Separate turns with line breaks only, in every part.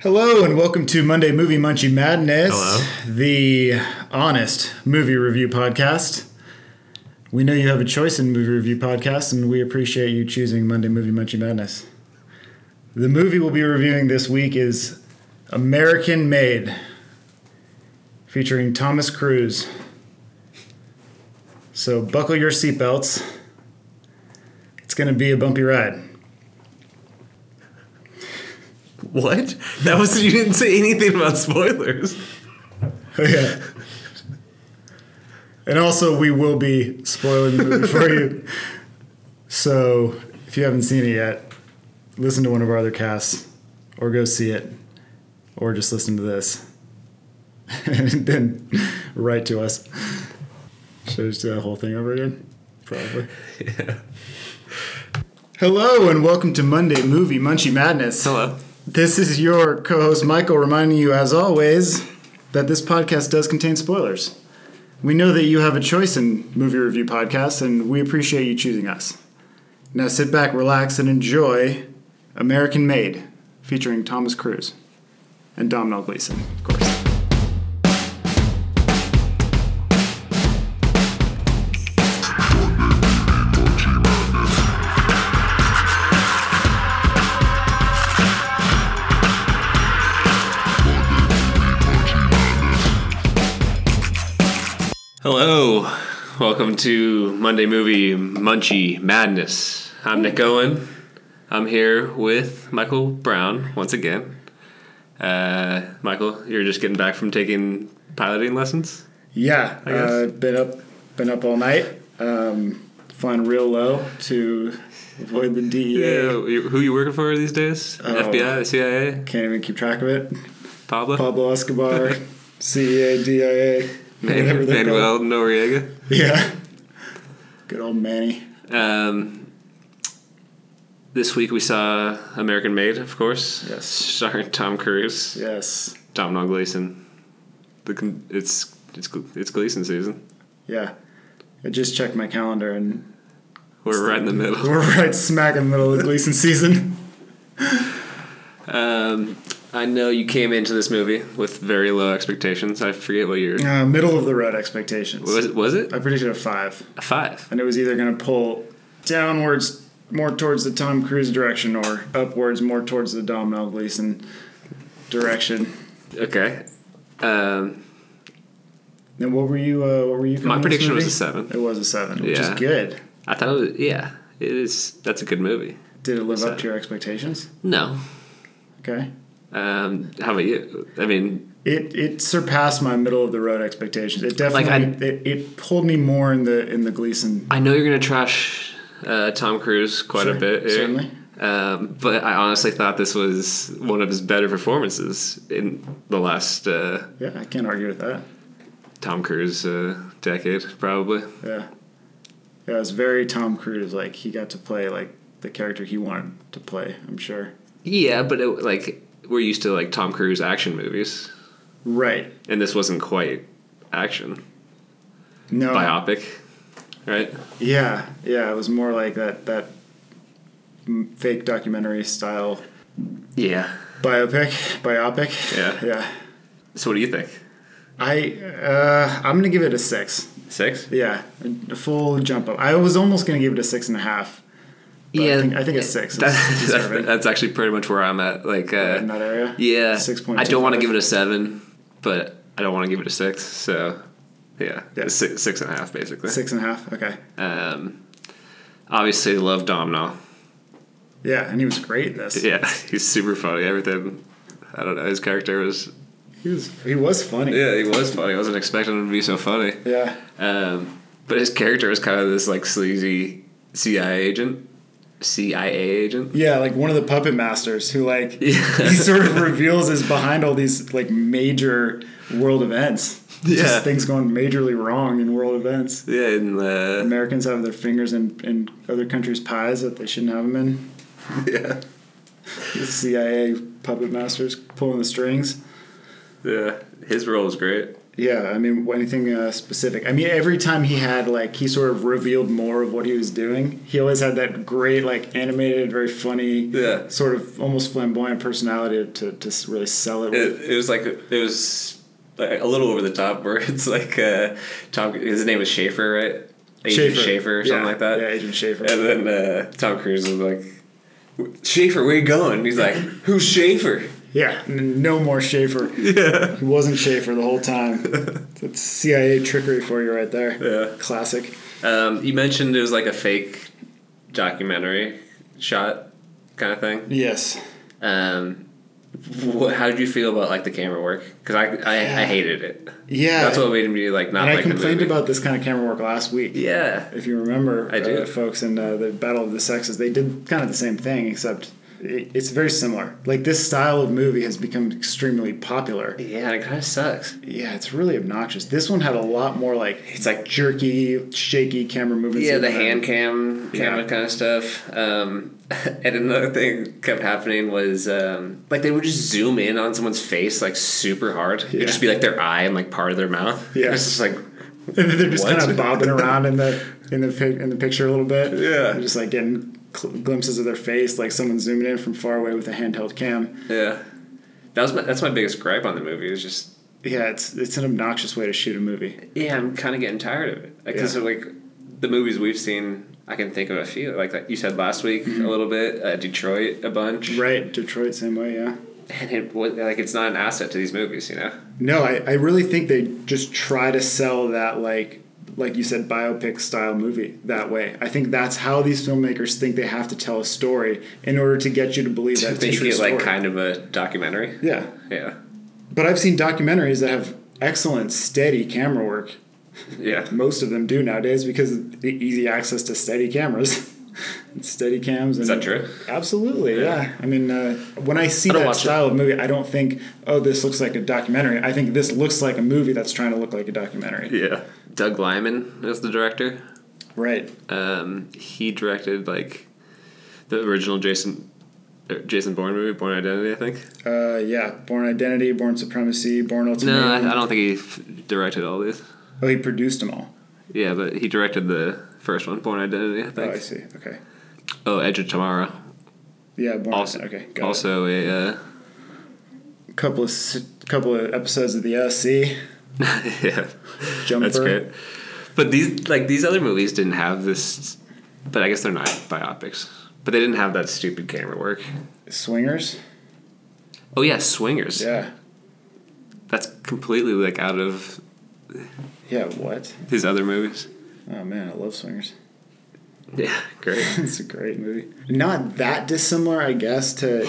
Hello and welcome to Monday Movie Munchie Madness,
Hello.
the honest movie review podcast. We know you have a choice in movie review podcasts, and we appreciate you choosing Monday Movie Munchie Madness. The movie we'll be reviewing this week is American Made, featuring Thomas Cruise. So buckle your seatbelts. It's going to be a bumpy ride.
What? That was you didn't say anything about spoilers.
yeah. And also, we will be spoiling the movie for you. So, if you haven't seen it yet, listen to one of our other casts, or go see it, or just listen to this, and then write to us. Should I just do that whole thing over again? Probably. Hello, and welcome to Monday Movie Munchie Madness.
Hello.
This is your co host Michael reminding you, as always, that this podcast does contain spoilers. We know that you have a choice in movie review podcasts, and we appreciate you choosing us. Now sit back, relax, and enjoy American Made, featuring Thomas Cruise and Domhnall Gleeson, of course.
Hello. Welcome to Monday Movie Munchie Madness. I'm Nick Owen. I'm here with Michael Brown once again. Uh, Michael, you're just getting back from taking piloting lessons.
Yeah,
I guess.
uh, been up, been up all night, um, flying real low to avoid the E DEA.
you- Who you working for these days?
Oh.
FBI, CIA,
Can't even keep track of it.
Pablo,
Pablo Escobar, E CEA, DIA, whatever
Man-
they're called.
Manuel Noriega.
Yeah. Good old Manny.
Um, this week we saw American Made, of course.
Yes.
Starring Tom Cruise,
Yes.
Domhnall Gleeson. The con- it's it's Gle- it's Gleeson season.
Yeah. I just checked my calendar and
We're right in the middle.
we're right smack in the middle of Gleason season.
Um, I know you came into this movie with very low expectations. I forget what your
Uh, middle of the road expectations.
was. It, was it
I predicted a five,
a five?
and it was either going to pull downwards more towards the Tom Cruise direction or upwards more towards the Domhnall Gleason direction.
Okay. Um,
Then what were you? Uh, what were you?
my
calling this
prediction was
movie?
a seven.
It was a seven, which
Yeah.
is good.
I thought it was yeah. It is. That's a good movie.
Did it live
Seven.
up to your expectations?
No.
Okay.
Um, how about you? I mean,
It it surpassed my middle of the road expectations. It
Like,
definitely it, it pulled me more in the in the Gleason.
I know you're gonna trash uh, Tom Cruise quite a
Sure,
bit, here.
certainly.
Um, but I honestly thought this was one of his better performances in the last uh,
Yeah, I can't argue with that.
Tom Cruise uh, decade, probably.
Yeah, yeah, it was very Tom Cruise. Like he got to play like the character he wanted to play. I'm sure.
Yeah, but it, like we're used to like Tom Cruise action movies,
Right.
and this wasn't quite action
No.
biopic, right?
Yeah, yeah. It was more like that that m- fake documentary style
Yeah.
biopic biopic.
Yeah.
Yeah.
So what do you think?
I uh, I'm gonna give it a six.
Six?
Yeah, a full jump up. I was almost gonna give it a six and a half. But I think, I think a six is
That-
deserving
that's actually pretty much where I'm at. Like,
in
uh,
that area.
Yeah.
six
I don't want to give it a seven, but I don't want to give it a six. So, yeah,
Yeah.
it's Six, six and a half basically.
six and a half. Okay,
Um, obviously, love Domino.
yeah, and he was great in this.
Yeah, he's super funny. Everything. I don't know. His character was.
He was he was funny.
Yeah, he was funny. I wasn't expecting him to be so funny.
yeah,
Um, but his character was kind of this like sleazy CIA agent. CIA agent.
Yeah, like one of the puppet masters who like
Yeah.
he sort of reveals is behind all these like major world events. Just
Yeah.
things going majorly wrong in world events.
Yeah, and uh,
Americans have their fingers in, in other countries' pies that they shouldn't have them in.
yeah,
The CIA puppet masters pulling the strings.
yeah. His role was great.
Yeah, I mean, anything uh, specific? I mean, every time he had like he sort of revealed more of what he was doing. He always had that great, like animated, very funny,
Yeah.
sort of almost flamboyant personality to to s- really sell it. With.
It, it was like it was like a little over the top. Where it's like uh, Tom. His name is Schaefer, right? Agent Schaefer, or something
Yeah,
like that.
Yeah, Agent Schaefer.
And then uh, Tom Cruise is like, Schaefer, where you going? He's like, Who's Schaefer?
Yeah, n- no more Schaefer.
Yeah.
He wasn't Schaefer the whole time. That's CIA trickery for you right there.
Yeah.
Classic.
Um, you mentioned it was like a fake documentary shot kind of thing.
Yes.
Um, wh- how did you feel about like the camera work? Because I, I, I hated it.
Yeah.
That's what made me like not
and I
like the
complained
movie.
about this kind of camera work last week.
yeah.
If you remember,
I do.
uh, folks, in uh, the Battle of the Sexes, they did kind of the same thing, except it, it's very similar. Like this style of movie has become extremely popular.
Yeah, it kind of sucks.
Yeah, it's really obnoxious. This one had a lot more like
It's like
jerky, shaky camera movements.
Yeah,
in
the
there.
hand cam
Yeah.
camera kind of stuff. Um, and another thing kept happening was um, like they would just zoom in on someone's face like super hard.
Yeah.
It'd just be like their eye and like part of their mouth.
Yeah.
it's just like
They're just
What?
kind of bobbing around in the in the pic, in the picture a little bit.
Yeah.
They're just like getting cl- glimpses of their face, like someone zooming in from far away with a handheld cam.
yeah. That was my, that's my biggest gripe on the movie. Is just
Yeah, it's it's an obnoxious way to shoot a movie.
yeah, I'm kind of getting tired of it. Because
Yeah.
like the movies we've seen, I can think of a few. Like that you said last week
Mm-hmm.
a little bit, uh, Detroit a bunch,
Right, Detroit same way. Yeah.
and it was like it's not an asset to these movies, you know.
No, I, I really think they just try to sell that like like you said biopic style movie that way. I think that's how these filmmakers think they have to tell a story in order to get you to believe that
To
it's a
make
true
it
story.
like kind of a documentary.
yeah.
Yeah.
But I've seen documentaries that have excellent steady camera work.
Yeah.
Most of them do nowadays because of the easy access to steady cameras. and steady cams and
Is that true?
Absolutely, yeah. I mean, uh, when I see
I don't
that
watch it.
style of movie, I don't think, oh, this looks like a documentary. I think this looks like a movie that's trying to look like a documentary.
Yeah. Doug Lyman is the director.
Right.
Um, he directed like the original Jason er, Jason Bourne movie, Born Identity, I think.
Uh, yeah. Born Identity, Born Supremacy, Born Ultimatum.
No, I, I don't think he f- directed all these.
Oh, he produced them all.
Yeah, but he directed the first one, Born Identity, I
Oh, I
think.
see. Okay.
Oh, Edge of Tomorrow.
Yeah, Born.
Also,
okay. Got
also a uh,
it. couple of s- couple of episodes of the SC
yeah,
Jumper.
that's great. But these like these other movies didn't have this, but I guess they're not biopics. But they didn't have that stupid camera work.
Swingers.
Oh yeah, Swingers.
Yeah.
That's completely like out of
Yeah. What?
his other movies.
Oh man, I love Swingers.
Yeah, great.
it's a great movie. Not that dissimilar, I guess, to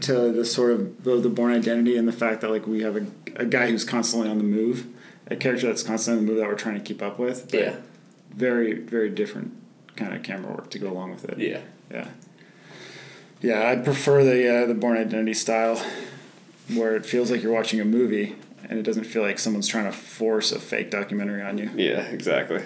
to the sort of the, the born identity and the fact that like we have a, a guy who's constantly on the move, a character that's constantly on the move that we're trying to keep up with. but
Yeah.
Very very different kind of camera work to go along with it.
Yeah.
Yeah. Yeah, I prefer the uh, the born identity style, where it feels like you're watching a movie and it doesn't feel like someone's trying to force a fake documentary on you.
Yeah, exactly.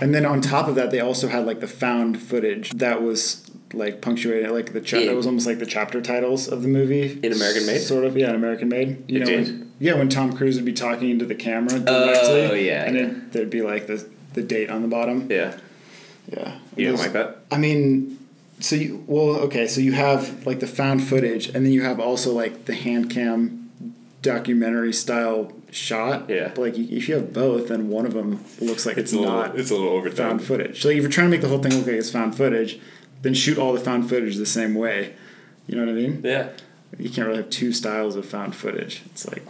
And then on top of that, they also had like the found footage that was like punctuated, like the cha-
Yeah.
that was almost like the chapter titles of the movie.
In American Made?
sort of. Yeah, in American Made. You
It
know,
did?
when, yeah, when Tom Cruise would be talking into the camera directly,
Oh, yeah,
and
yeah.
It, there'd be like the the date on the bottom.
Yeah.
Yeah,
You don't
Those-
like that?
I mean, so you well, okay, so you have like the found footage, and then you have also like the hand cam documentary style shot.
Yeah.
but like if you have both, then one of them looks like it's, not
it's a little overdone.
found footage. Like if you're trying to make the whole thing look like it's found footage, then shoot all the found footage the same way. You know what I mean?
Yeah.
You can't really have two styles of found footage. It's like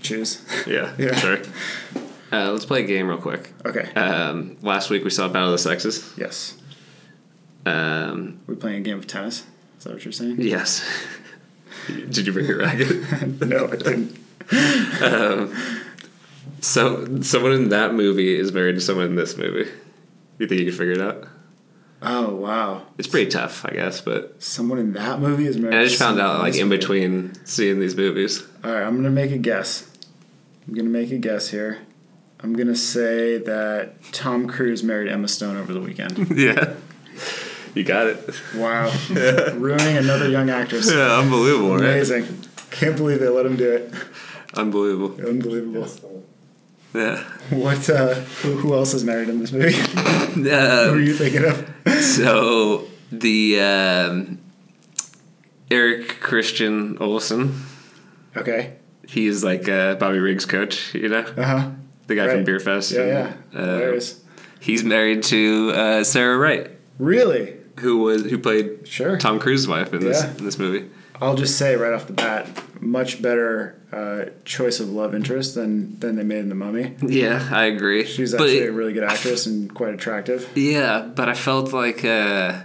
choose.
Yeah.
Yeah.
Sure. Uh, let's play a game real quick.
okay.
Um, last week we saw Battle of the Sexes.
yes.
Um,
We're playing a game of tennis. Is that what you're saying?
yes. Did you bring your racket?
no, I didn't.
so someone in that movie is married to someone in this movie. You think you can figure it out?
Oh wow.
It's pretty tough, I guess. But
Someone in that movie is married.
and I
to
just found
someone
out like
else.
in between seeing these movies.
All right, I'm gonna make a guess. I'm gonna make a guess here. I'm gonna say that Tom Cruise married Emma Stone over the weekend.
yeah. You got it.
wow, ruining another young actress.
Yeah, unbelievable, right?
Amazing. Can't believe they let him do it.
Unbelievable.
Unbelievable.
Yeah.
What? Uh, who, who else is married in this movie? who are
Um,
you thinking of?
so the um, Eric Christian Olsen,
Okay.
he's like uh, Bobby Riggs' coach, you know,
Uh huh.
the guy
Right.
from Beer Fest.
Yeah, yeah.
Uh,
Hilarious.
he's married to uh, Sarah Wright,
Really?
who was who played
Sure.
Tom Cruise's wife in this
Yeah.
in this movie.
I'll just say right off the bat, much better uh, choice of love interest than than they made in The Mummy.
Yeah, I agree.
She's
But-
actually a really good actress and quite attractive.
Yeah, but I felt like uh,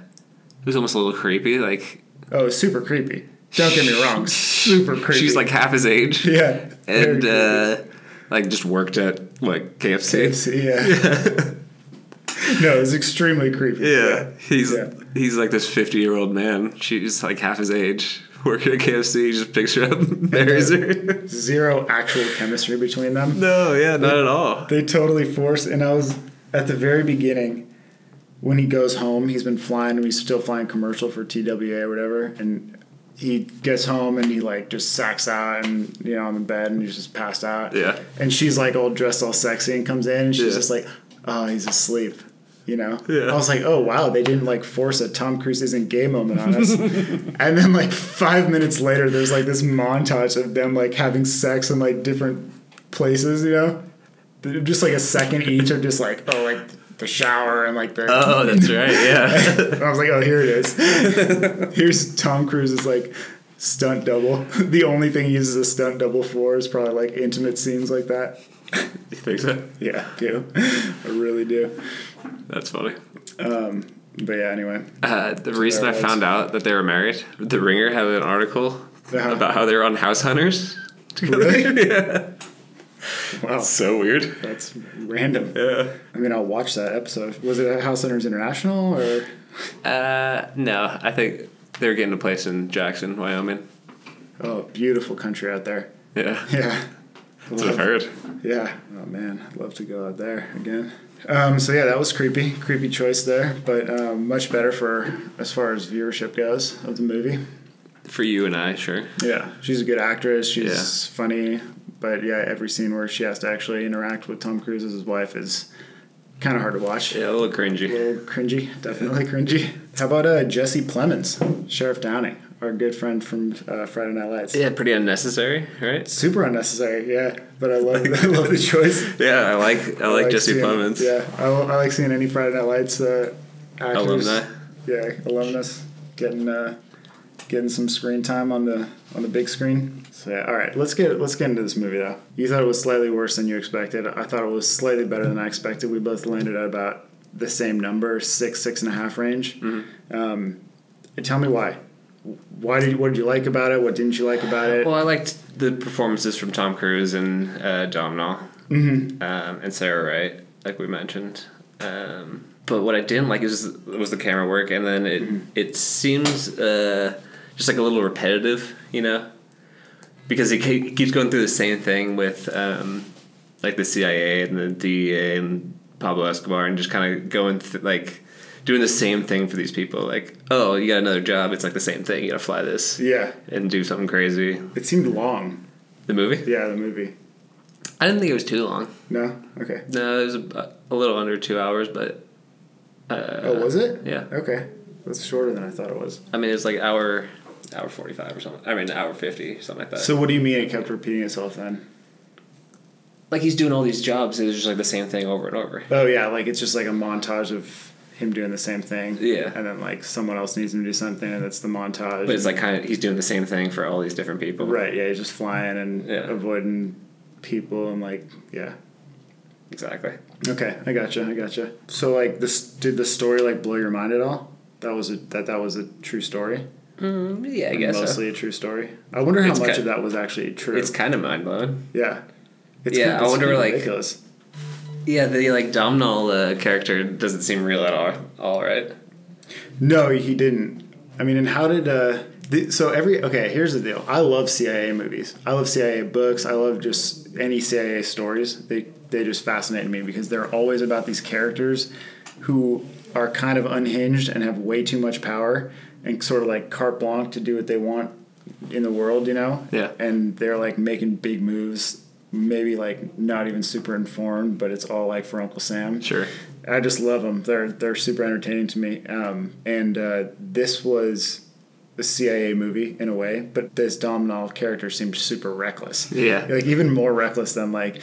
it was almost a little creepy. Like
Oh, super creepy. Don't get me wrong, super creepy.
she's like half his age,
yeah, very
and
creepy.
uh, like just worked at like KFC.
KFC, yeah. no, it's extremely creepy.
Yeah, he's
Yeah.
he's like this fifty year old man. She's like half his age, working at KFC. He just picks her up, and marries her.
Zero actual chemistry between them.
no, yeah, not at all.
They totally forced, and I was at the very beginning when he goes home. He's been flying, and he's still flying commercial for TWA or whatever. And he gets home, and he like just sacks out, and you know, on the bed, and he's just passed out.
Yeah.
And she's like all dressed all sexy, and comes in, and she's
Yeah.
just like, "Oh, he's asleep." You know,
Yeah.
I was like, "Oh wow, they didn't like force a Tom Cruise isn't gay moment on us." and then like five minutes later, there's like this montage of them like having sex in like different places. You know, they're just like a second each of just like oh like the shower and like the
Oh, that's right. Yeah,
And I was like oh here it is here's Tom Cruise's like stunt double the only thing he uses a stunt double for is probably like intimate scenes like that
you think so?
yeah I do I really do
That's funny.
but yeah anyway
Uh, the reason I
was.
found out that they were married, The Ringer had an article
Uh-huh.
about how they were on House Hunters.
Really?
yeah.
wow
So weird.
that's random
Yeah.
I mean I'll watch that episode was it at House Hunters International or
Uh, no, I think they're getting a place in Jackson, Wyoming.
oh beautiful country out there
Yeah.
yeah
That's what I've heard.
Yeah. Oh man, I'd love to go out there again. Um, so yeah, that was creepy, creepy choice there, but um, much better for as far as viewership goes of the movie.
For you and I, sure.
Yeah, she's a good actress. She's
Yeah.
funny, but yeah, every scene where she has to actually interact with Tom Cruise as his wife is kind of hard to watch.
Yeah, a little cringy.
A little cringy, definitely cringy. How about uh, Jesse Plemons, Sheriff Downing, our good friend from uh, Friday Night Lights?
Yeah, pretty unnecessary, right?
Super unnecessary, yeah, but I love, I love the choice.
Yeah, I like I like, Jesse
seeing-
Plemons.
Yeah, I, I like seeing any Friday Night Lights uh, actors.
Alumni.
Yeah, alumnus getting uh, getting some screen time on the on the big screen. So yeah, all right, let's get let's get into this movie though. You thought it was slightly worse than you expected. I thought it was slightly better than I expected. We both landed at about the same number, six six and a half range.
Mm-hmm.
Um, tell me why. Why did what did you like about it? What didn't you like about it?
Well, I liked the performances from Tom Cruise and uh, Domhnall um, and Sarah Wright, like we mentioned. Um, but what I didn't like is was the camera work, and then it it seems uh, just like a little repetitive, you know, because it ke- keeps going through the same thing with um, like the CIA and the DEA and Pablo Escobar, and just kind of going th- like doing the same thing for these people. Like, oh, you got another job. It's like the same thing. You got to fly this
yeah,
and do something crazy.
it seemed long.
The movie?
Yeah, the movie.
I didn't think it was too long.
No, okay.
No, it was a, a little under two hours, but. Uh,
Oh, was it?
Yeah.
Okay. That's shorter than I thought it was.
I mean, it was like hour, hour 45 or something. I mean, hour 50, something like that.
So what do you mean it kept repeating itself then?
like, he's doing all these jobs, and it's just like the same thing over and over.
Oh yeah, like it's just like a montage of him doing the same thing.
Yeah.
And then like someone else needs him to do something and that's the montage.
But it's like kind of, he's doing the same thing for all these different people.
Right, yeah, he's just flying and
Yeah.
avoiding people and like yeah.
Exactly.
Okay, I gotcha, I gotcha. So like this did the story like blow your mind at all? That was a that that was a true story.
Mm, yeah, I guess so.
Mostly a true story. I wonder how
It's
much
ki-
of that was actually true.
It's kind of mind blowing.
yeah. It's
Yeah, I wonder,
kinda
like-
ridiculous.
Yeah, the like Domhnall uh, character doesn't seem real at all. All right.
No, he didn't. I mean, and how did uh? The, so every okay, here's the deal. I love CIA movies. I love CIA books. I love just any CIA stories. They they just fascinate me because they're always about these characters who are kind of unhinged and have way too much power and sort of like carte blanche to do what they want in the world, you know?
Yeah.
And they're like making big moves, maybe like not even super informed, but it's all like for Uncle Sam.
Sure.
I just love them. They're they're super entertaining to me. Um, and uh, this was a CIA movie in a way, but this Domhnall character seemed super reckless.
Yeah.
Like even more reckless than like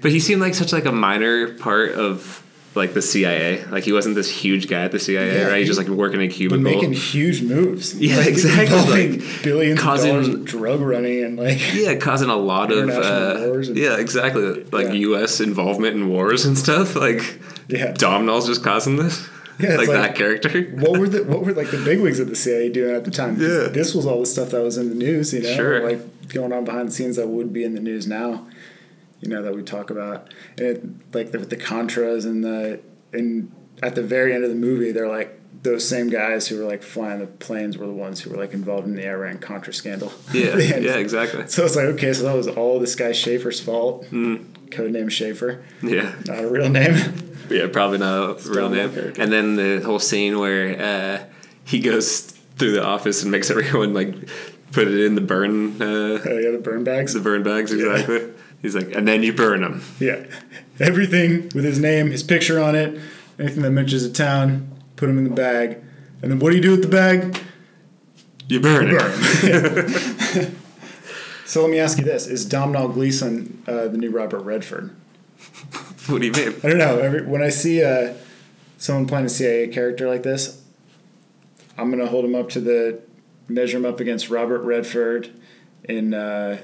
But he seemed like such like a minor part of like the CIA. Like he wasn't this huge guy at the CIA,
Yeah,
right? He's
he-
just like working in a cubicle.
making huge moves.
Yeah, exactly,
involving
like,
billions
causing-
of dollars of drug running and like
yeah, causing a lot of
International
uh,
wars and-
yeah, exactly. Like
Yeah.
U.S. involvement in wars and stuff. Like
yeah.
Domhnall's just causing this.
Yeah, it's
like,
like-
that character.
what were the what were like the bigwigs at the CIA doing at the time? 'Cause
Yeah.
This was all the stuff that was in the news, you know,
Sure.
like going on behind the scenes that would be in the news now, you know, that we talk about, and it, like the, the Contras and the and at the very end of the movie, they're like those same guys who were like flying the planes were the ones who were like involved in the Iran Contra scandal.
Yeah,
And
yeah, exactly.
So it's like okay, so that was all this guy Schaefer's fault.
Hmm.
Codename Schaefer,
Yeah,
not a real name.
yeah, probably not a
Domhnall
real name.
character.
And then the whole scene where uh, he goes through the office and makes everyone like put it in the burn uh,
Oh yeah, the burn bags.
the burn bags exactly. He's like, and then you burn them.
Yeah. Everything with his name, his picture on it, anything that mentions a town, put him in the bag. And then what do you do with the bag?
You burn,
Burn
it.
'em. so let me ask you this Is Domhnall Gleeson uh, the new Robert Redford?
What do you mean?
I don't know. Every, when I see uh, someone playing a CIA character like this, I'm going to hold him up to the measure him up against Robert Redford in. Uh,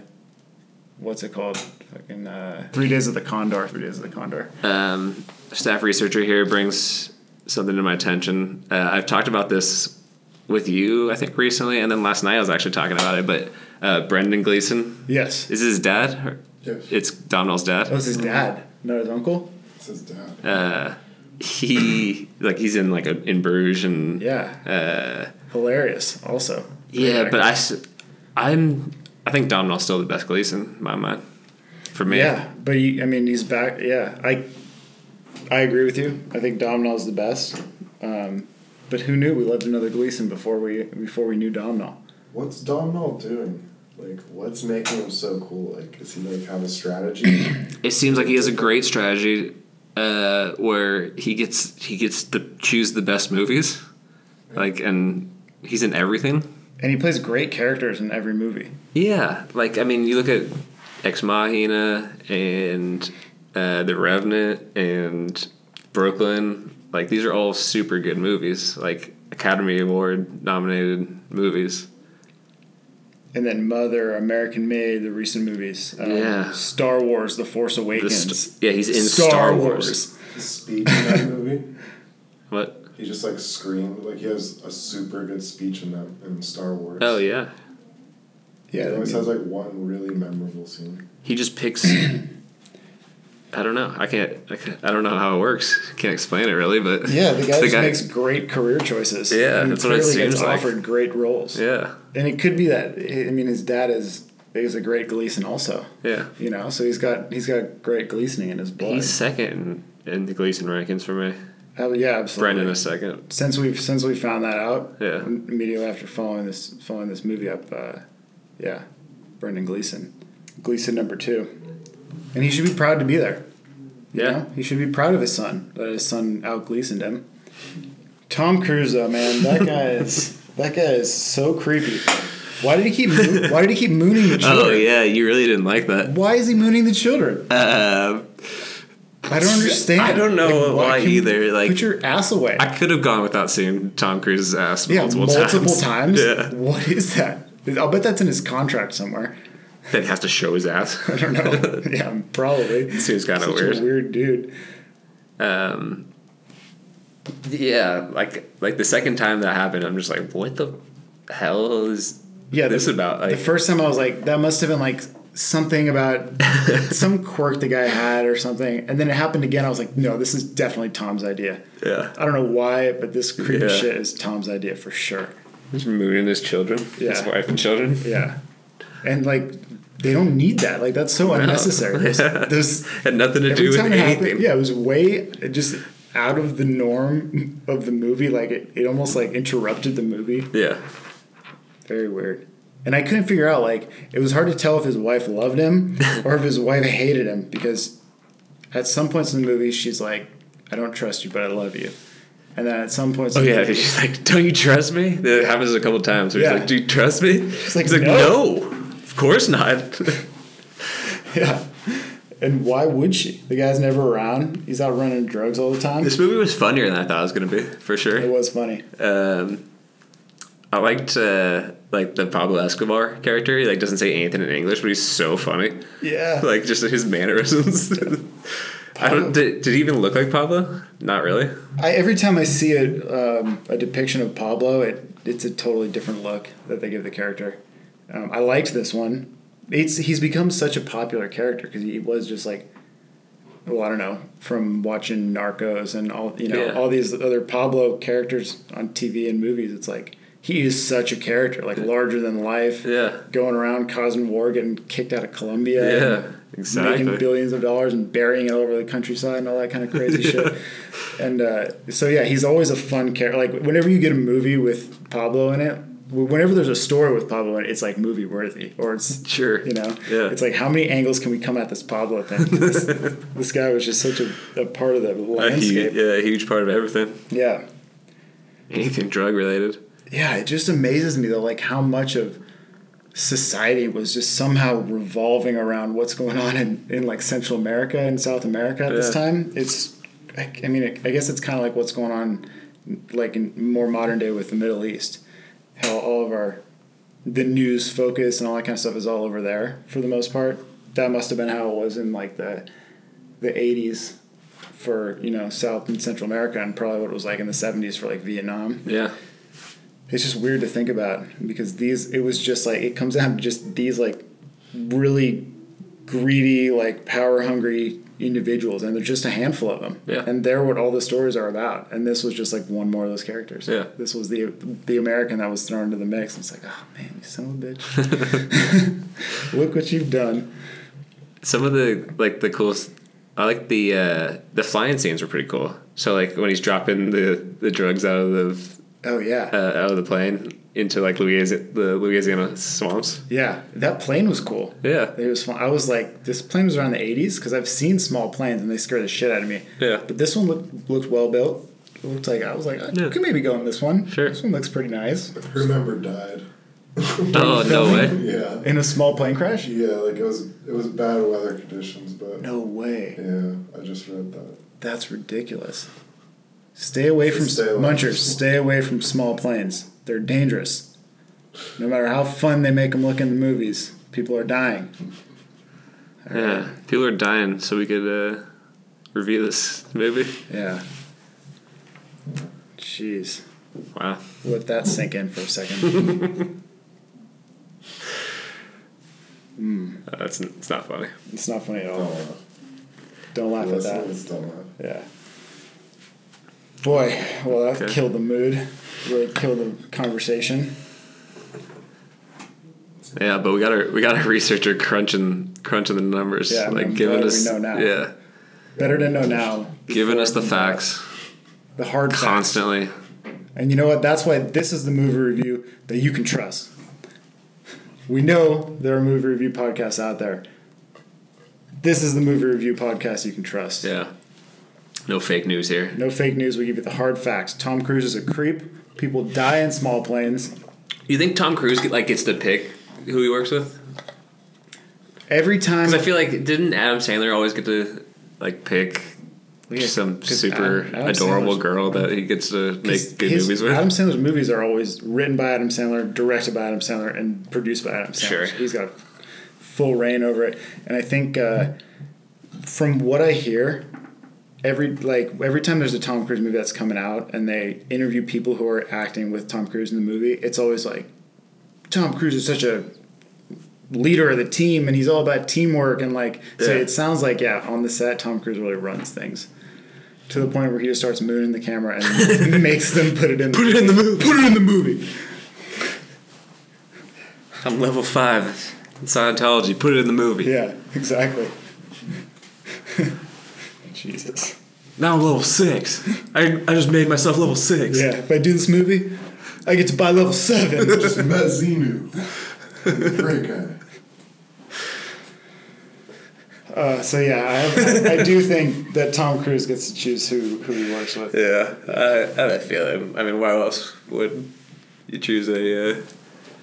What's it called? Fucking uh, three days of the Condor. Three days of the Condor.
um, staff researcher here brings something to my attention. Uh, I've talked about this with you, I think, recently, and then last night I was actually talking about it. But uh, Brendan Gleeson
Yes.
is his dad. Or
Yes.
It's Domhnall's
That
dad.
Mm. was his dad, not his uncle.
It's his dad.
Uh, he like he's in like a, in Bruges and
Yeah,
uh,
hilarious. Also,
yeah. But I s- I'm I think Domhnall's still the best Gleeson in my mind. For me,
yeah, but he, I mean, he's back. Yeah, I I agree with you. I think Domhnall's the best. Um, but who knew we loved another Gleason before we before we knew Domhnall?
What's Domhnall doing? Like, what's making him so cool? Like, does he like have a strategy?
it seems like he has a great strategy uh, where he gets he gets to choose the best movies, like and he's in everything.
And he plays great characters in every movie.
Yeah, like I mean, you look at Ex Machina and uh, The Revenant and Brooklyn. Like these are all super good movies, like Academy Award nominated movies.
And then Mother, American Made, the recent movies. Um,
Yeah.
Star Wars, The Force
The
Awakens.
st- yeah, he's in Star, Wars.
His speech in that movie.
What?
He just like screamed. Like he has a super good speech in that in Star Wars.
Oh yeah,
Yeah,
He
I
always
mean,
has like one really memorable scene.
he just picks i don't know i can't i, can't, I don't know how it works can't explain it really but
yeah, the guy
the
just
guy-
makes great career choices.
Yeah,
And
that's what it
clearly
seems
gets
like.
offered great roles.
yeah
and it could be that I mean his dad is is a great Gleason also.
yeah
You know, so he's got he's got great Gleasoning in his blood.
he's second in, in the gleason rankings for me
Uh, yeah, absolutely.
brendan is second
Since we've since we found that out,
Yeah.
im- immediately after following this following this movie up, uh, yeah, Brendan Gleason, Gleason number two, and he should be proud to be there. you
Yeah.
know? he should be proud of his son that his son out Gleasoned him. Tom Cruise, though, man, that guy is that guy is so creepy. Why did he keep mo- Why did he keep mooning the children?
oh yeah you really didn't like that
Why is he mooning the children?
uh,
I don't understand.
I don't know why
can you
either, like-
put your ass away.
i could have gone without seeing tom cruise's ass
yeah,
multiple,
multiple, times.
yeah
What is that? I'll bet that's in his contract somewhere.
that he has to show his ass
I don't know. yeah, probably.
seems kinda
Such
weird.
A weird dude.
um yeah like like the second time that happened i'm just like what the hell is
Yeah,
this
the,
about like
the first time I was like, that must have been like something about some quirk the guy had or something. And then it happened again. I was like, no, this is definitely Tom's idea.
yeah
I don't know why, but this creepy
Yeah.
shit is Tom's idea for sure.
He's mooning his children, his
Yeah.
wife and children.
Yeah. And like they don't need that. Like that's so unnecessary. There's, there's
Had nothing to do with
it happened-
anything.
yeah, it was way just out of the norm of the movie. Like it, it almost like interrupted the movie.
Yeah.
Very weird. And I couldn't figure out like it was hard to tell if his wife loved him or if his wife hated him because at some points in the movie she's like, "I don't trust you, but I love you," and then at some points,
Oh
in the
yeah,
movie,
she's like, "Don't you trust me?" That happens a couple times. Where
Yeah.
He's like, "Do you trust me?" She's
like,
like,
"No."
"No, of course not."
yeah. And why would she? The guy's never around. He's out running drugs all the time.
this movie was funnier than I thought it was gonna be, for
It
sure.
was funny.
Um, I liked uh, like the Pablo Escobar character. He like doesn't say anything in English, but he's so funny.
Yeah.
Like just his mannerisms. I
Pablo-
don't. Did, did he even look like Pablo? Not really.
I, every time I see a, um, a depiction of Pablo, it, it's a totally different look that they give the character. Um, I liked this one. It's, he's become such a popular character because he was just like, well, I don't know, from watching Narcos and all you know
Yeah.
all these other Pablo characters on TV and movies. It's like he is such a character, like larger than life.
Yeah.
going around causing war, getting kicked out of Colombia. and
Yeah, exactly.
making billions of dollars and burying it all over the countryside and all that kind of crazy shit. And uh, so yeah, he's always a fun character. Like whenever you get a movie with Pablo in it, wh- whenever there's a story with Pablo in it, it's like movie worthy, or it's
Sure.
you know,
Yeah.
it's like how many angles can we come at this Pablo thing? 'Cause This, this guy was just such a, a part of the
A huge,
landscape.
yeah, a huge part of everything.
Yeah,
Anything drug related.
yeah. It just amazes me though, like how much of society was just somehow revolving around what's going on in, in like Central America and South America at this
Yeah.
time. It's, I, I mean, I guess it's kind of like what's going on, like in more modern day with the Middle East. How all of our, the news focus and all that kind of stuff is all over there for the most part. That must have been how it was in like the, the '80s, for you know South and Central America, and probably what it was like in the '70s for like Vietnam
Yeah.
it's just weird to think about because these it was just like it comes down to just these like really greedy like power hungry individuals and there's just a handful of them
Yeah.
and they're what all the stories are about and this was just like one more of those characters
Yeah.
this was the the american that was thrown into the mix and it's like oh man you son of a bitch look what you've done
Some of the like the coolest. I like the uh, the flying scenes were pretty cool. So like when he's dropping the, the drugs out of
oh yeah
the uh, out of the plane into like Louisiana the Louisiana swamps.
yeah that plane was cool
Yeah.
It was fun. I was like, this plane was around the 80s because I've seen small planes and they scare the shit out of me.
Yeah.
But this one looked looked well built. It looked like I was like, I
Yeah.
could maybe go on this one.
Sure.
This one looks pretty nice.
Crew member died.
Oh no way.
Yeah.
In a small plane crash?
Yeah, like it was it was bad weather conditions, but
No way.
yeah, I just read that.
That's ridiculous. Stay away from
Stay away.
munchers. Stay away from small planes. They're dangerous. No matter how fun they make them look in the movies, people are dying.
Yeah. People are dying, so we could uh, review this movie.
Yeah. Jeez.
Wow.
Let that sink in for a second.
Uh, That's it's not funny.
it's not funny at all.
Oh,
Don't laugh at
listen,
that.
it's done that.
Yeah. Boy, well, that
Okay.
killed the mood. Really killed the conversation.
Yeah, but we got our we got our researcher crunching crunching the numbers,
Yeah, I'm-
like
I'm
giving
glad we
us
know now.
yeah,
Better to know now.
giving us the
before than
facts
The hard facts.
constantly.
And you know what? That's why this is the movie review that you can trust. We know there are movie review podcasts out there. This is the movie review podcast you can trust.
Yeah, no fake news here.
No fake news. We give you the hard facts. Tom Cruise is a creep. People die in small planes.
You think Tom Cruise get, like gets to pick who he works with?
Every time.
Because I feel like didn't Adam Sandler always get to like pick
Yeah,
some
'cause
super
Adam- Adam
adorable
Sandler's-
girl that he gets to make good
His-
movies with?
Adam Sandler's movies are always written by Adam Sandler, directed by Adam Sandler, and produced by Adam Sandler.
Sure.
So he's got full reign over it. And I think, uh, from what I hear, every like every time there's a Tom Cruise movie that's coming out, and they interview people who are acting with Tom Cruise in the movie, it's always like Tom Cruise is such a leader of the team, and he's all about teamwork, and like so
Yeah.
it sounds like yeah, on the set, Tom Cruise really runs things to the point where he just starts mooning the camera and makes them put it in.
Put it in the movie.
Put it in the movie.
I'm level five in Scientology. Put it in the movie.
Yeah, exactly. Jesus.
Now I'm level six. I I just made myself level six.
Yeah, if I do this movie, I get to buy level seven.
Just met Xenu. Great guy.
Uh, so yeah, I, have, I do think that Tom Cruise gets to choose who, who he works with.
Yeah, I, I have that feeling. I mean, why else would you choose a? Uh,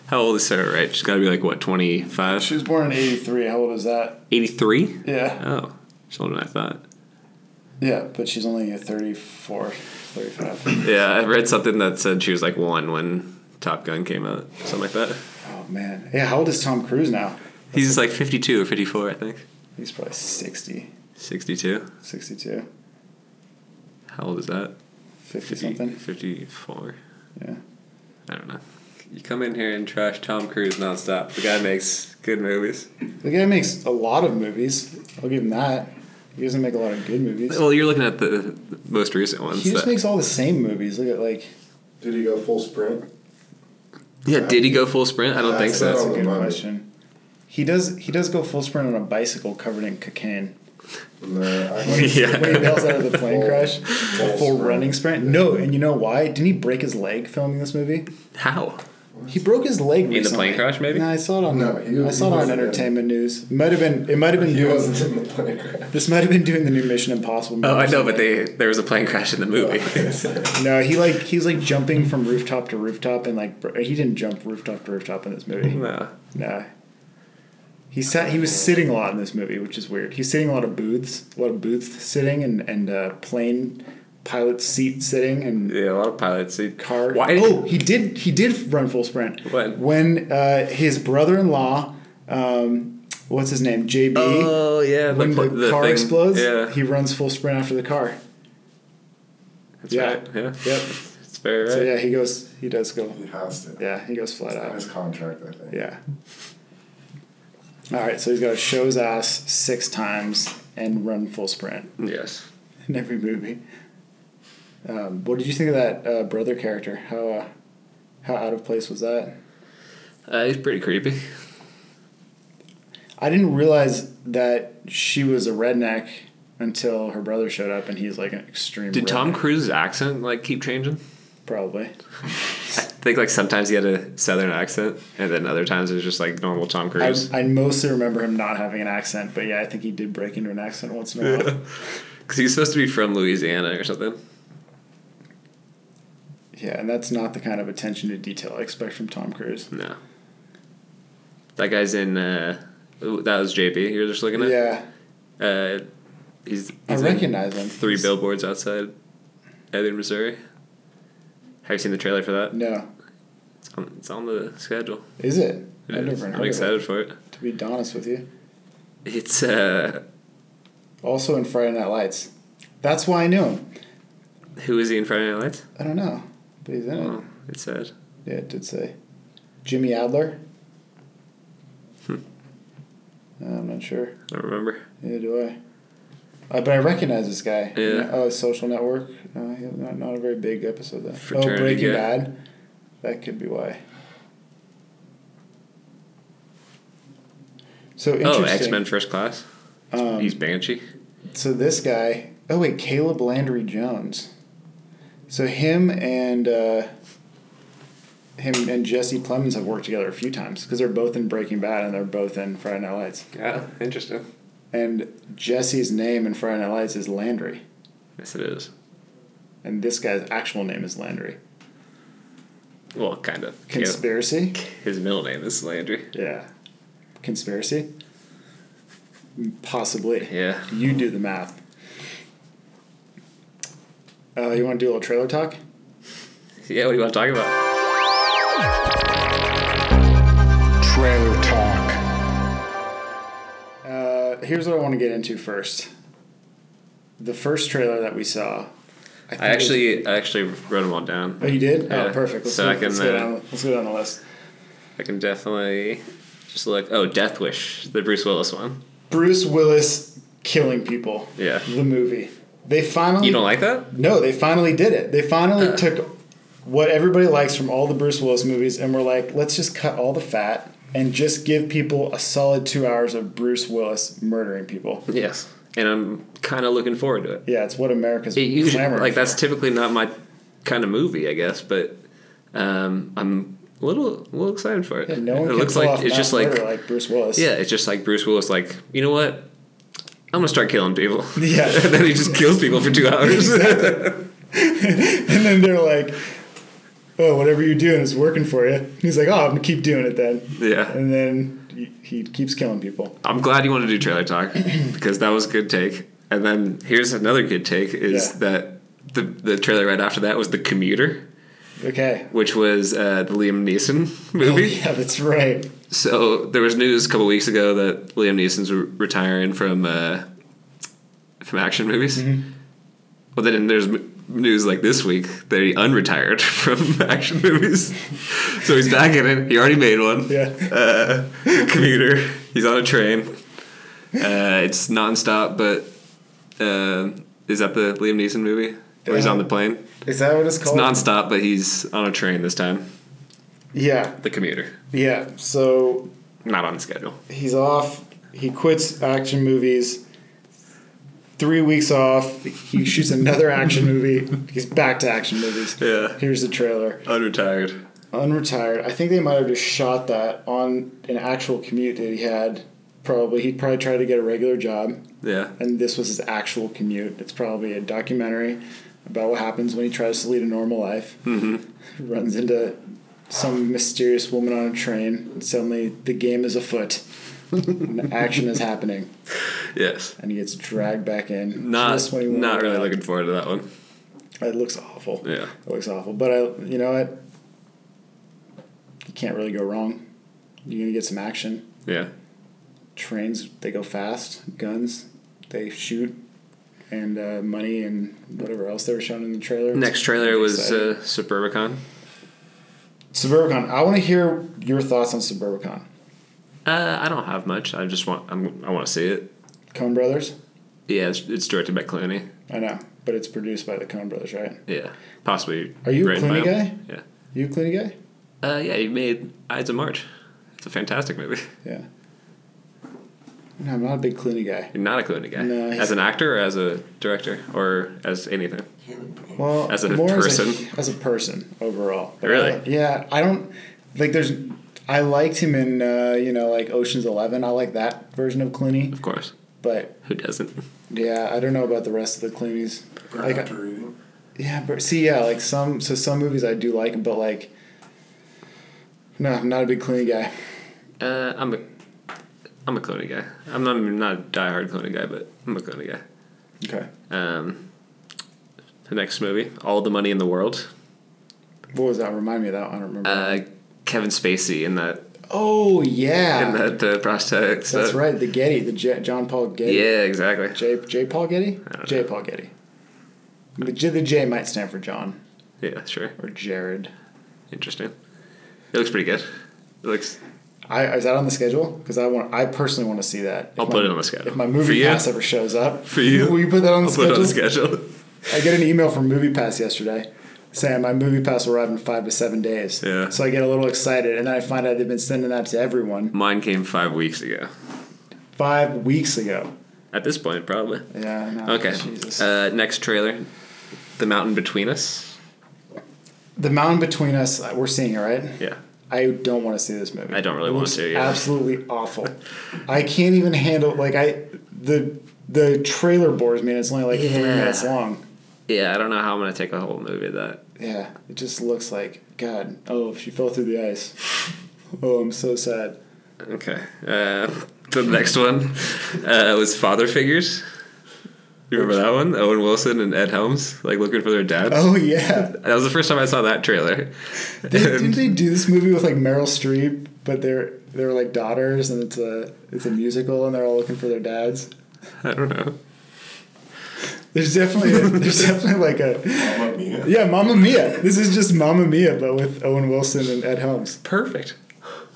how old is Sarah? Right, she's got to be like what 25?
She was born in '83. How old is that?
83?
Yeah,
Oh, she's older than I thought.
yeah, but she's only 34, 35.
Yeah, I read something that said she was like one when Top Gun came out, something like that.
Oh man, yeah. How old is Tom Cruise now?
He's like 52 or 54, I think.
He's probably 60,
62.
62,
How old is that?
50 something.
54.
Yeah.
I don't know. You come in here and trash Tom Cruise nonstop. The guy makes good movies.
The guy makes a lot of movies. I'll give him that. He doesn't make a lot of good movies.
Well, you're looking at the most recent ones.
He just
that-
makes all the same movies. Look at like
Did he go full sprint?
yeah, did he go full sprint? I don't think
That's
that's a
so.
all.
good
Mummy.
question. He does he does go full sprint on a bicycle covered in cocaine.
No, I
Yeah.
When he bails out of the plane
Full-
crash,
full
a full
sprint.
running sprint. No, and you know why? Didn't he break his leg filming this movie?
How?
He broke his leg
the
recently.
plane crash, maybe?
No, I saw it on. I
No, he-
saw it
he
on
wasn't in.
Entertainment News. Might have been. It might have been.
He
doing-
wasn't in the plane crash.
This might have been doing the new Mission Impossible. Movie
Oh, I
or
know,
something.
but they there was a plane crash in the movie.
No, he like he was like jumping from rooftop to rooftop and like br- he didn't jump rooftop to rooftop in this movie.
no.
No. He sat. He was sitting a lot in this movie, which is weird. He's sitting in a lot of booths, a lot of booths sitting, and and uh, plane pilot seat sitting, and
Yeah, a lot of pilots. They,
car.
Why?
Oh, he did. He did run full sprint.
When?
When uh, his brother-in-law, um, what's his name, JB,
Oh, yeah.
when
pl-
the, car
thing-
explodes,
Yeah,
he runs full sprint after the car.
that's
yeah.
right. Yeah,
Yep.
it's very right.
So yeah, he goes. He does go.
He has to.
Yeah, he goes flat
In
out.
his contract, I think.
Yeah. All right, so he's got to show his ass six times and run full sprint
Yes.
in every movie. Um, what did you think of that uh, brother character? How uh, how out of place was that?
Uh, he's pretty creepy.
I didn't realize that she was a redneck until her brother showed up, and he's like an extreme.
Did Tom
redneck,
Cruise's accent like keep changing?
probably?
I think like sometimes he had a southern accent, and then other times it was just like normal Tom
I,
Cruise.
I mostly remember him not having an accent, but yeah, I think he did break into an accent once in a while.
Because he's supposed to be from Louisiana or something.
yeah, and that's not the kind of attention to detail I expect from Tom Cruise.
No. That guy's in. Uh, ooh, that was JP. You're just looking at.
Yeah.
Uh, he's.
I
he's in
recognize him.
Three
He's-
billboards outside, Ebbing, Missouri. Have you seen the trailer for that?
No.
It's on, it's on the schedule.
Is it?
It
I've
is.
never heard
I'm
of
excited
it.
for it.
To be honest with you.
It's uh,
Also in Friday Night Lights. That's why I knew him.
who is he in Friday Night Lights?
I don't know. But he's in it.
Oh, it said.
Yeah, it did say. Jimmy Adler?
Hmm.
I'm not sure.
I don't remember.
Neither do I. Uh, but I recognize this guy.
Yeah.
Oh, Social Network. No, he- not, not a very big episode though. oh,
Fraternity
Breaking
guy.
Bad. That could be why. So
Oh,
interesting.
X Men First Class.
Um,
he's Banshee.
So this guy, oh wait, Caleb Landry Jones. So him and uh, him and Jesse Plemons have worked together a few times because they're both in Breaking Bad and they're both in Friday Night Lights.
Yeah, interesting.
And Jesse's name in Friday Night Lights is Landry,
Yes, it is.
and this guy's actual name is Landry.
Well, kind of.
Conspiracy?
Yeah. His middle name is Landry.
Yeah. Conspiracy? Possibly.
Yeah.
You do the math. Uh, you want to do a little trailer talk?
Yeah, what do you want to talk about?
Trailer Talk.
Uh, here's what I want to get into first. The first trailer that we saw. think
I actually, I actually wrote them all down.
Oh, you did?
Yeah.
Oh, perfect. Let's,
So
go,
I can,
let's, go
uh,
down, let's go down the list.
I can definitely just look. Oh, Death Wish, the Bruce Willis one.
Bruce Willis killing people.
Yeah.
The movie. They finally.
You don't like that?
No, they finally did it. They finally
Uh.
took what everybody likes from all the Bruce Willis movies and were like, let's just cut all the fat and just give people a solid two hours of Bruce Willis murdering people.
Yes. And I'm kind of looking forward to it.
Yeah, it's what America's
It usually
clamoring
like
for.
that's typically not my kind of movie, I guess, but um, I'm a little, a little excited for it.
Yeah, no one
it
can
looks
pull
like
off
it's
Matt
just like
Murdock like Bruce Willis.
yeah, it's just like Bruce Willis. Like you know what? I'm gonna start killing people.
Yeah.
and then he just kills people for two hours.
and then they're like, "Oh, whatever you're doing is working for you." And he's like, "Oh, I'm gonna keep doing it then."
yeah.
And then he, he keeps killing people.
I'm glad you want to do trailer talk because that was a good take. And then here's another good take is
Yeah.
that the the trailer right after that was the commuter,
Okay. Oh,
which was uh, the Liam Neeson movie.
Yeah, that's right.
So there was news a couple weeks ago that Liam Neeson's re- retiring from uh, from action movies. Well, then there's m- news like this week that he unretired from action movies. so he's back in it. He already made one.
Yeah.
Uh, commuter. He's on a train. Uh, it's nonstop, but uh, is that the Liam Neeson movie? Where he's on the plane.
Is that what it's
It's nonstop, but he's on a train this time.
yeah.
The commuter,
Yeah. So
not on schedule.
he's off. He quits action movies. Three weeks off. He shoots another action movie. He's back to action movies.
Yeah.
Here's the trailer.
Unretired.
Unretired. I think they might have just shot that on an actual commute that he had. Probably he probably tried to get a regular job,
Yeah.
and this was his actual commute. It's probably a documentary about what happens when he tries to lead a normal life. Mm-hmm. Runs into some mysterious woman on a train, and suddenly the game is afoot. and action is happening,
Yes.
and he gets dragged back in.
Not
Just when he wanted
not really
out.
looking forward to that one.
It looks awful.
Yeah.
It looks awful. But I, you know what? You can't really go wrong. You're gonna get some action.
Yeah.
Trains, they go fast. Guns, they shoot, and uh, money and whatever else they were shown in the trailer.
Next trailer was
Exciting.
uh, Suburbicon.
Suburbicon. I want to hear your thoughts on Suburbicon.
Uh, I don't have much. I just want I'm, I want to see it.
Coen Brothers.
Yeah, it's, it's directed by Clooney.
I know, but it's produced by the Coen Brothers, right?
Yeah, possibly.
Are you a
written by
Clooney
him.
You a Clooney guy?
Yeah. Uh, yeah, he made Ides of March. It's a fantastic movie.
Yeah. No, I'm not a big Clooney guy.
You're not a Clooney guy.
No, he's-
as an actor or as a director or as anything.
Human being.
Well,
As a
more
person?
as a, as a person overall.
Really?
I- yeah, I don't like. There's, I liked him in uh, you know like Ocean's Eleven. I like that version of Clooney,
Of course.
but
Who doesn't?
yeah, I don't know about the rest of the Clooney's.
Ground
Like,
reading.
yeah, but see, yeah, like some so some movies I do like, but like, no, I'm not a big Clooney guy.
Uh, I'm a I'm a Clooney guy. I'm not I'm not a diehard Clooney guy, but I'm a Clooney guy.
Okay,
Um, the next movie, All the Money in the World.
what was that? Remind me of that. I don't remember.
Uh, Kevin Spacey in that
oh
in
yeah,
that uh, prosthetics.
that's
that-
right. The Getty, the J- John Paul Getty.
Yeah, exactly.
J. J. Paul Getty?
don't
J. Paul Getty. The J, the J might stand for John
Yeah, sure.
or Jared.
Interesting. It looks pretty good. It looks.
I, is that on the schedule? Because I want, I personally want to see that. If
I'll
my-
put it on the schedule.
If my
For
movie
you?
pass ever shows up,
For you?
will you put that on the
I'll put
schedule?
it on the schedule.
I get an email from Movie Pass yesterday saying my Movie Pass will arrive in five to seven days.
Yeah.
So I get a little excited, and then I find out they've been sending that to everyone
Mine came five weeks ago.
five weeks ago.
At this point, probably.
Yeah. I know.
Okay.
Jesus.
Uh, next trailer, The Mountain Between Us.
the mountain between us. uh, We're seeing it, right?
Yeah.
I don't want to see this movie.
I don't really
It
want
looks
to either.
Absolutely awful. I can't even handle like I the the trailer bores me, and it's only like three
Yeah.
minutes long.
Yeah, I don't know how I'm gonna take a whole movie of that.
Yeah, it just looks like God. Oh, she fell through the ice. Oh, I'm so sad.
Okay. Uh, the next one uh, was Father Figures. You remember that one? Owen Wilson and Ed Helms, like looking for their dad.
Oh yeah,
That was the first time I saw that trailer.
They- didn't
And-
they do this movie with like Meryl Streep? But they're they're like daughters, and it's a it's a musical, and they're all looking for their dads.
I don't know.
There's definitely a, there's definitely like a
Mamma Mia.
yeah, Mamma Mia. This is just Mamma Mia, but with Owen Wilson and Ed Helms.
Perfect.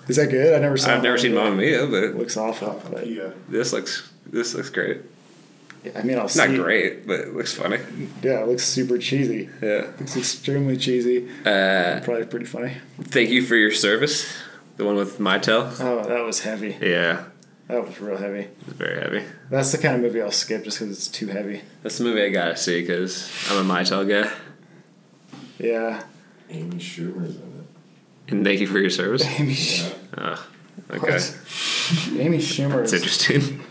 Is that good? I never saw.
I've never seen Mamma Mia,
It
but
looks awful. But,
Yeah.
this looks this looks great.
I mean, I'll
It's
see.
not
it.
great, but it looks funny.
Yeah, it looks super cheesy.
Yeah.
It's extremely cheesy.
Uh,
Probably pretty funny.
thank you for your service. The one with Mytel.
Oh, that was heavy.
Yeah,
That was real heavy.
it's very heavy.
That's the kind of movie I'll skip just because it's too heavy.
That's the movie I gotta see because I'm a Mytel guy.
Yeah.
Amy Schumer's in it.
And thank you for your service.
Amy, Sch-
Ugh, okay,
Amy Schumer.
that's
is-
interesting.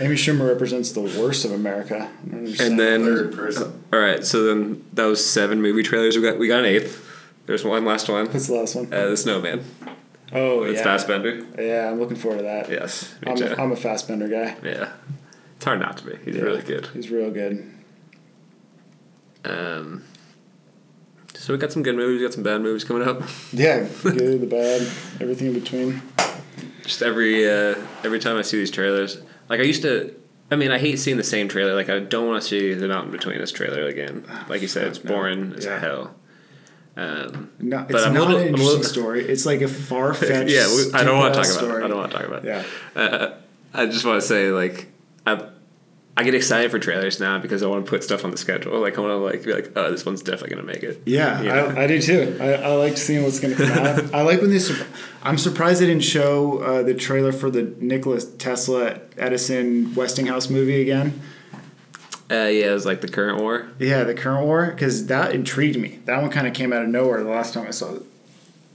Amy Schumer represents the worst of America. I don't understand.
And
Third
then, uh,
person.
all right. So then, that was seven movie trailers. We got we got an eighth. There's one last one.
What's the last one?
Uh, the Snowman.
oh,
It's
yeah.
Fassbender.
Yeah, I'm looking forward to that.
Yes. Me
I'm
too.
a, I'm a Fassbender guy.
yeah. It's hard not to be. He's
Yeah.
really good.
He's real good.
Um, so we got some good movies. We got some bad movies coming up.
Yeah, good, the bad, everything in between.
Just every uh, every time I see these trailers, like I used to. I mean, I hate seeing the same trailer. Like I don't want to see the Mountain Between Us trailer again. Like you said, it's boring as
Oh, Yeah.
hell. Um,
No,
But
it's
I'm a
not
little-
an
I'm a
interesting
little-
story. It's like a far
yeah,
fetched.
we, I don't want to talk about. It. I don't want to talk about. it.
Yeah,
Uh, I just want to say, like, I I get excited for trailers now because I want to put stuff on the schedule. Like, I want to like be like, oh, this one's definitely gonna make it.
yeah,
You know?
I, I do too. I, I like seeing what's going to come out. I like when they. Sur- I'm surprised they didn't show uh, the trailer for the Nikola Tesla Edison Westinghouse movie again.
Uh, yeah, it was like the current war.
Yeah, the current war because that intrigued me. That one kind of came out of nowhere the last time I saw it,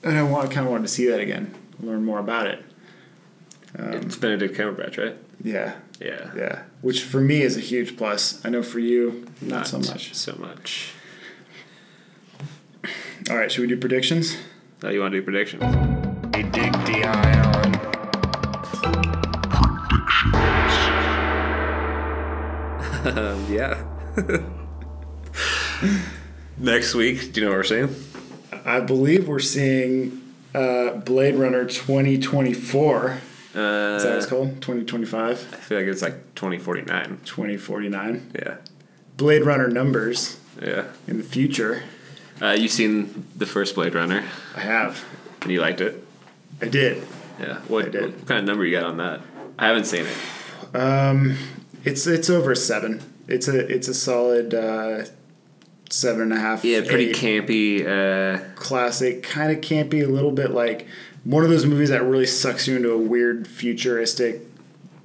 and I want, kind of wanted to see that again, learn more about it.
it's Benedict Cumberbatch, right?
Yeah,
Yeah.
Um, yeah, which for me is a huge plus. I know for you, not, so much.
So much.
All right, should we do predictions?
Now you want to do predictions?
They dig the iron.
Um, yeah. Next week, do you know what we're seeing?
I believe we're seeing uh, Blade Runner 2024.
Uh,
Is that what it's called? 2025,
I feel like it's like 2049.
2049.
Yeah.
Blade Runner numbers
Yeah.
in the future.
Uh, you seen the first Blade Runner
I have.
and you liked it?
I did.
Yeah. What,
I did.
what kind of number you got on that? I haven't seen it.
Um, it's it's over a seven. It's a it's a solid uh, seven and a half.
Yeah, pretty
eight.
campy. Uh,
classic, kind of campy, a little bit like one of those movies that really sucks you into a weird futuristic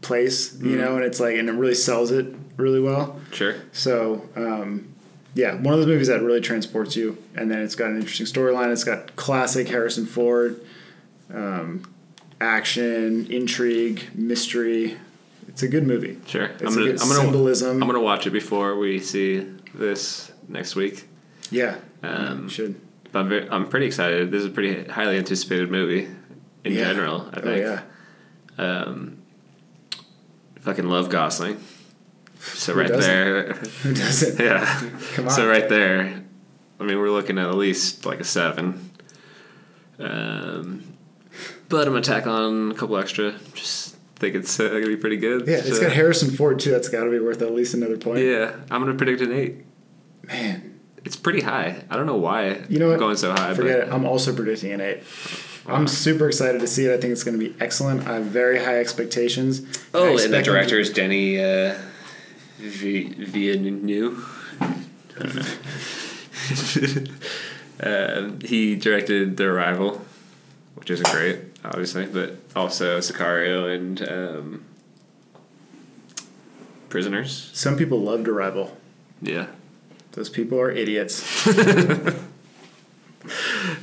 place,
Mm.
you know, and it's like, and it really sells it really well.
sure.
So, um, yeah, one of those movies that really transports you, and then it's got an interesting storyline. It's got classic Harrison Ford, um, action, intrigue, mystery. It's a good movie.
Sure.
It's
I'm
a
gonna,
good
I'm gonna
symbolism.
I'm gonna watch it before we see this next week.
yeah,
Um,
you should.
But I'm, very, I'm pretty excited. This is a pretty highly anticipated movie in
Yeah.
general. I think.
Oh yeah,
Um, fucking love Gosling. So
Who
right
doesn't?
there,
who doesn't?
yeah.
Come on.
So right there, I mean, we're looking at at least like a seven. Um, but I'm gonna tack on a couple extra. Just think it's uh, gonna be pretty good.
Yeah, it's
So,
got Harrison Ford too. That's got to be worth at least another point.
Yeah, I'm gonna predict an eight.
Man,
It's pretty high. I don't know why
you know what?
I'm going so high.
Forget
but,
it. I'm also predicting an eight.
Wow.
I'm super excited to see it. I think it's going to be excellent. I have very high expectations. I
Oh, and the
expect them to-
director is Denny uh, v- Villeneuve. I don't know. um, he directed The Arrival, which isn't great, obviously, but also Sicario and um, Prisoners.
Some people loved Arrival.
Yeah.
Those people are idiots.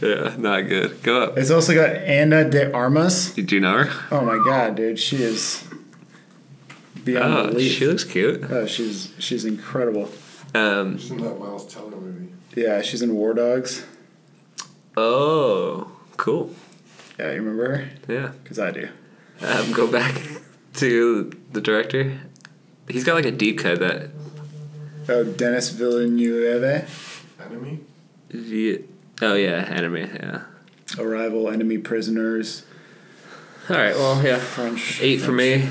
Yeah, not good. Go up.
It's also got Anna de Armas.
Did you know her?
Oh my god, dude, she is beyond
Oh,
belief.
she looks cute.
oh, she's she's incredible.
Um,
She's in that Miles Teller movie.
Yeah, she's in War Dogs.
oh, cool.
Yeah, you remember her?
Yeah.
Because I do.
um, go back to the director. He's got like a deep cut that
Oh, Dennis Villeneuve.
Enemy?
the oh yeah anime yeah.
Arrival, Enemy Prisoners,
All right, well yeah,
French.
eight for me.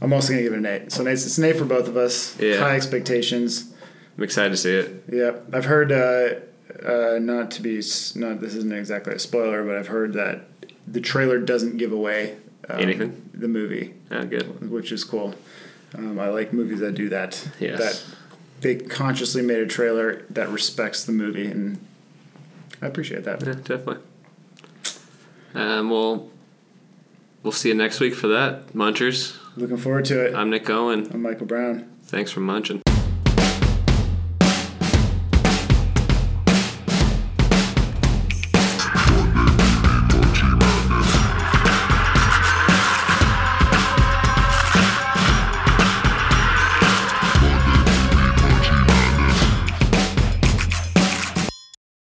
I'm also gonna give it an eight. So Nate's it's an eight for both of us.
Yeah.
High expectations.
I'm excited to see it.
Yep. I've heard uh, uh, not to be s- not this isn't exactly a spoiler, but I've heard that the trailer doesn't give away um,
Anything?
The movie,
Oh, good.
which is cool. Um, I like movies that do that.
Yes.
That they consciously made a trailer that respects the movie, and I appreciate that.
Yeah, definitely. Um, well, we'll see you next week for that, Munchers.
Looking forward to it.
Uh, I'm Nick Owen.
I'm Michael Brown.
Thanks for munching.